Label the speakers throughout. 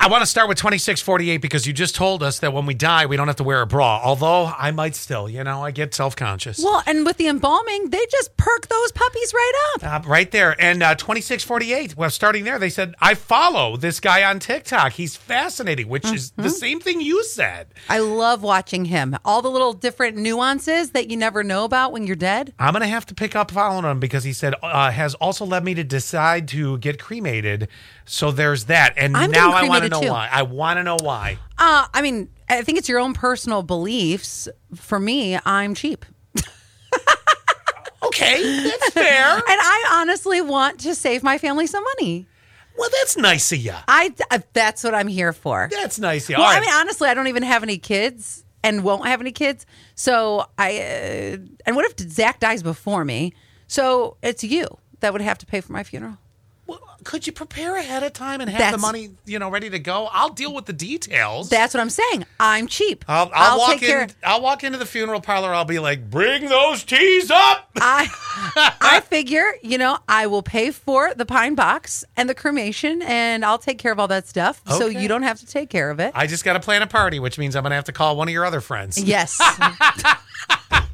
Speaker 1: I want to start with 2648 because you just told us that when we die, we don't have to wear a bra. Although I might still, you know, I get self conscious.
Speaker 2: Well, and with the embalming, they just perk those puppies right up.
Speaker 1: Uh, right there. And uh, 2648, well, starting there, they said, I follow this guy on TikTok. He's fascinating, which is
Speaker 2: Mm-hmm.
Speaker 1: the same thing you said.
Speaker 2: I love watching him. All the little different nuances that you never know about when you're dead.
Speaker 1: I'm going to have to pick up following him because he said, uh, has also led me to decide to get cremated. So there's that. And
Speaker 2: I'm
Speaker 1: now
Speaker 2: getting
Speaker 1: I want to
Speaker 2: cremated
Speaker 1: know
Speaker 2: too.
Speaker 1: why. I want to know why.
Speaker 2: Uh, I mean, I think it's your own personal beliefs. For me, I'm cheap.
Speaker 1: Okay, that's fair.
Speaker 2: And I honestly want to save my family some money.
Speaker 1: well, that's nice of you.
Speaker 2: I uh, that's what I'm here for.
Speaker 1: That's nice of you.
Speaker 2: Well,
Speaker 1: All
Speaker 2: I
Speaker 1: right.
Speaker 2: mean, honestly, I don't even have any kids and won't have any kids. So I uh, and what if Zach dies before me? So it's you that would have to pay for my funeral.
Speaker 1: Well, could you prepare ahead of time and have the
Speaker 2: That's-
Speaker 1: money, you know, ready to go? I'll deal with the details.
Speaker 2: That's what I'm saying. I'm cheap.
Speaker 1: I'll, I'll, walk
Speaker 2: take care.
Speaker 1: in. I'll walk into the funeral parlor. I'll be like, "Bring those teas up."
Speaker 2: I I figure, you know, I will pay for the pine box and the cremation and I'll take care of all that stuff. So
Speaker 1: Okay.
Speaker 2: you don't have to take care of it.
Speaker 1: I just got to plan a party, which means I'm gonna have to call one of your other friends.
Speaker 2: Yes.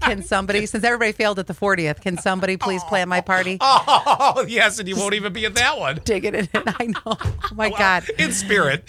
Speaker 2: can somebody since everybody failed at the 40th, can somebody please plan my party?
Speaker 1: Oh yes, and you won't even be at that one.
Speaker 2: Dig it in. I know. Oh my god.
Speaker 1: In spirit.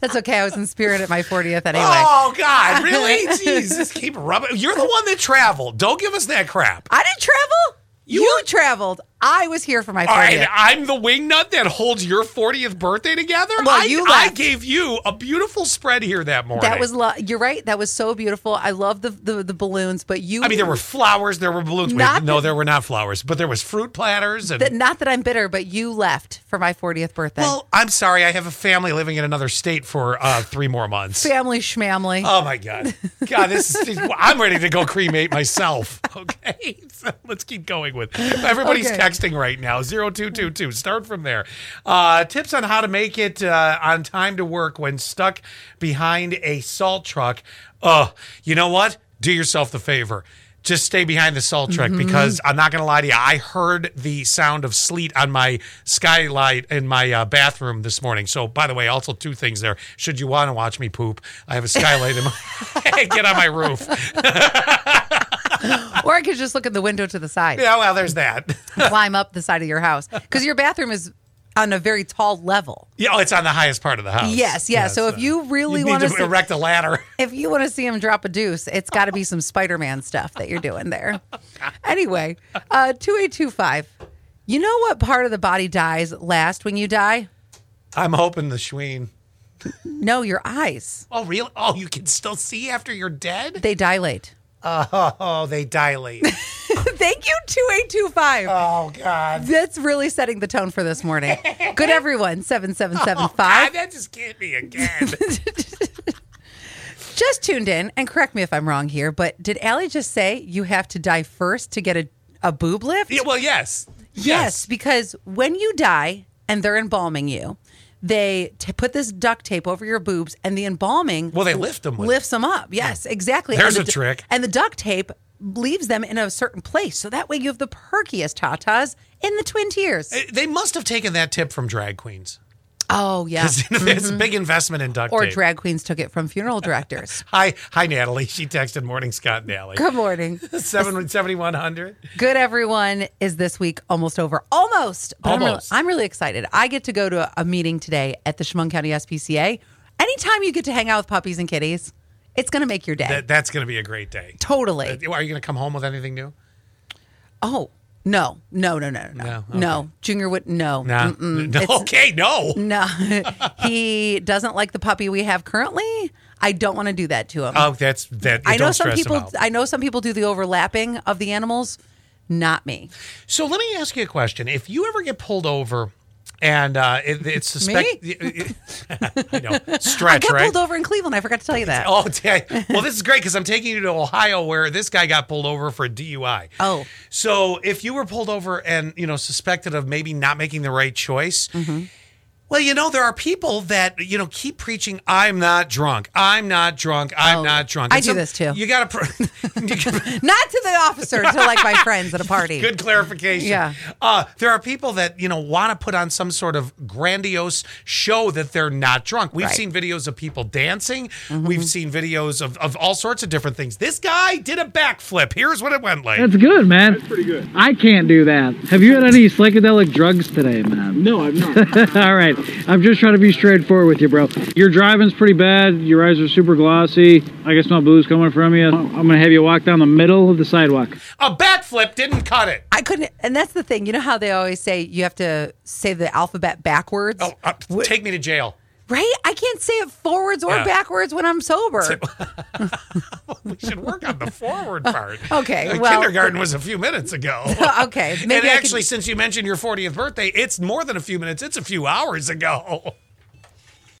Speaker 2: That's okay. I was in spirit at my 40th anyway.
Speaker 1: Oh God, really? Jeez, just keep rubbing. You're the one that traveled. Don't give us that crap.
Speaker 2: I didn't travel. You, traveled. I was here for my 40th.
Speaker 1: All right, I'm the wingnut that holds your 40th birthday together.
Speaker 2: Well,
Speaker 1: I,
Speaker 2: you
Speaker 1: I
Speaker 2: left.
Speaker 1: gave you a beautiful spread here that morning.
Speaker 2: That was lo- you're right. That was so beautiful. I love the the, the balloons, but you
Speaker 1: I mean, there were flowers, there were balloons. Wait,
Speaker 2: Not
Speaker 1: no,
Speaker 2: that-
Speaker 1: there were not flowers, but there was fruit platters and.
Speaker 2: that- not that I'm bitter, but you left for my 40th birthday.
Speaker 1: well, I'm sorry, I have a family living in another state for uh, three more months.
Speaker 2: family schmamly.
Speaker 1: Oh my god, God, this is. I'm ready to go cremate myself. Okay, so let's keep going with. Everybody's
Speaker 2: Okay.
Speaker 1: texting right now. Zero two two two. Start from there. Uh, tips on how to make it uh, on time to work when stuck behind a salt truck. Oh, you know what? Do yourself the favor. Just stay behind the salt truck because I'm not going to lie to you. I heard the sound of sleet on my skylight in my uh, bathroom this morning. So, by the way, also two things there. Should you want to watch me poop, I have a skylight in my get on my roof.
Speaker 2: or I could just look at the window to the side,
Speaker 1: Yeah, well, there's that.
Speaker 2: climb up the side of your house because your bathroom is on a very tall level.
Speaker 1: Yeah, oh, it's on the highest part of the house.
Speaker 2: Yes, yeah. so if you really want to
Speaker 1: need to erect a ladder.
Speaker 2: if you want to see him drop a deuce, it's got to be some Spider Man stuff that you're doing there. Anyway, uh, 2825. You know what part of the body dies last when you die?
Speaker 1: I'm hoping the Schween.
Speaker 2: No, your eyes.
Speaker 1: Oh, really? Oh, you can still see after you're dead?
Speaker 2: They dilate.
Speaker 1: Oh, they dilate.
Speaker 2: Thank you, 2825.
Speaker 1: oh, God.
Speaker 2: That's really setting the tone for this morning. Good, everyone.
Speaker 1: God,
Speaker 2: 7775.
Speaker 1: that just can't be again.
Speaker 2: Just tuned in, and correct me if I'm wrong here, but did Allie just say you have to die first to get a, a boob lift?
Speaker 1: yeah, well, yes.
Speaker 2: Yes, because when you die and they're embalming you, they t- put this duct tape over your boobs, and the embalming
Speaker 1: Well, they lift 'em with
Speaker 2: lifts them up. Yes, exactly.
Speaker 1: There's
Speaker 2: And the
Speaker 1: a
Speaker 2: du-
Speaker 1: trick.
Speaker 2: And the duct tape leaves them in a certain place, so that way you have the perkiest tatas in the twin tiers.
Speaker 1: Eh, They must have taken that tip from drag queens.
Speaker 2: oh yeah,
Speaker 1: it's a big investment in duct
Speaker 2: or
Speaker 1: tape.
Speaker 2: drag queens took it from funeral directors.
Speaker 1: hi, hi, Natalie. She texted Morning Scott and Natalie.
Speaker 2: Good morning.
Speaker 1: 7- 7100.
Speaker 2: Good everyone is this week almost over. Almost. But I'm really-
Speaker 1: Almost.
Speaker 2: I'm, really, excited. I get to go to a, a meeting today at the Chemung County SPCA. Anytime you get to hang out with puppies and kitties, it's going to make your day.
Speaker 1: That, that's going to be a great day. Uh,
Speaker 2: totally.
Speaker 1: Are you going to come home with anything new?
Speaker 2: oh, no. No, no, no, no. No.
Speaker 1: No,
Speaker 2: no. Junior would no.
Speaker 1: Nah.
Speaker 2: Mm-mm.
Speaker 1: No, okay, no.
Speaker 2: No. he doesn't like the puppy we have currently. I don't want to do that to him.
Speaker 1: Oh, that's that.
Speaker 2: I know
Speaker 1: don't
Speaker 2: some
Speaker 1: stress him
Speaker 2: people
Speaker 1: out.
Speaker 2: I know some people do the overlapping of the animals. Not me.
Speaker 1: So let me ask you a question. If you ever get pulled over and uh, it, it's suspect, I know
Speaker 2: I
Speaker 1: stretch
Speaker 2: got
Speaker 1: right.
Speaker 2: pulled over in Cleveland. I forgot to tell you that.
Speaker 1: Oh, dang. well, this is great because I'm taking you to Ohio where this guy got pulled over for a DUI.
Speaker 2: Oh. Mm-hmm.
Speaker 1: So if you were pulled over and, you know, suspected of maybe not making the right choice, Well, you know, there are people that, you know, keep preaching, I'm not drunk. I'm not drunk. I'm
Speaker 2: Oh,
Speaker 1: not drunk.
Speaker 2: I
Speaker 1: And
Speaker 2: do this too.
Speaker 1: You got to.
Speaker 2: Not to the officer, to like my friends at a party.
Speaker 1: Good clarification.
Speaker 2: Yeah.
Speaker 1: Uh, there are people that, you know, want to put on some sort of grandiose show that they're not drunk. We've
Speaker 2: Right. Mm-hmm.
Speaker 1: seen videos of people dancing. We've seen videos of, of all sorts of different things. This guy did a backflip. Here's what it went like.
Speaker 3: That's good, man. That's pretty good. I can't do that. Have you had any psychedelic drugs today, man? No, I've not. All right. I'm just trying to be straightforward with you, bro. Your driving's pretty bad. Your eyes are super glossy. I can smell booze coming from you. I'm going to have you walk down the middle of the sidewalk.
Speaker 1: a backflip didn't cut it.
Speaker 2: I couldn't, and that's the thing. You know how they always say you have to say the alphabet backwards,
Speaker 1: Oh, uh, take me to jail.
Speaker 2: right? I can't say it forwards or
Speaker 1: Yeah.
Speaker 2: backwards when I'm sober.
Speaker 1: We should work on the forward part.
Speaker 2: Okay,
Speaker 1: Uh,
Speaker 2: well-
Speaker 1: kindergarten was a few minutes ago.
Speaker 2: okay,
Speaker 1: and
Speaker 2: maybe I
Speaker 1: actually,
Speaker 2: could,
Speaker 1: since you mentioned your 40th birthday, it's more than a few minutes. It's a few hours ago.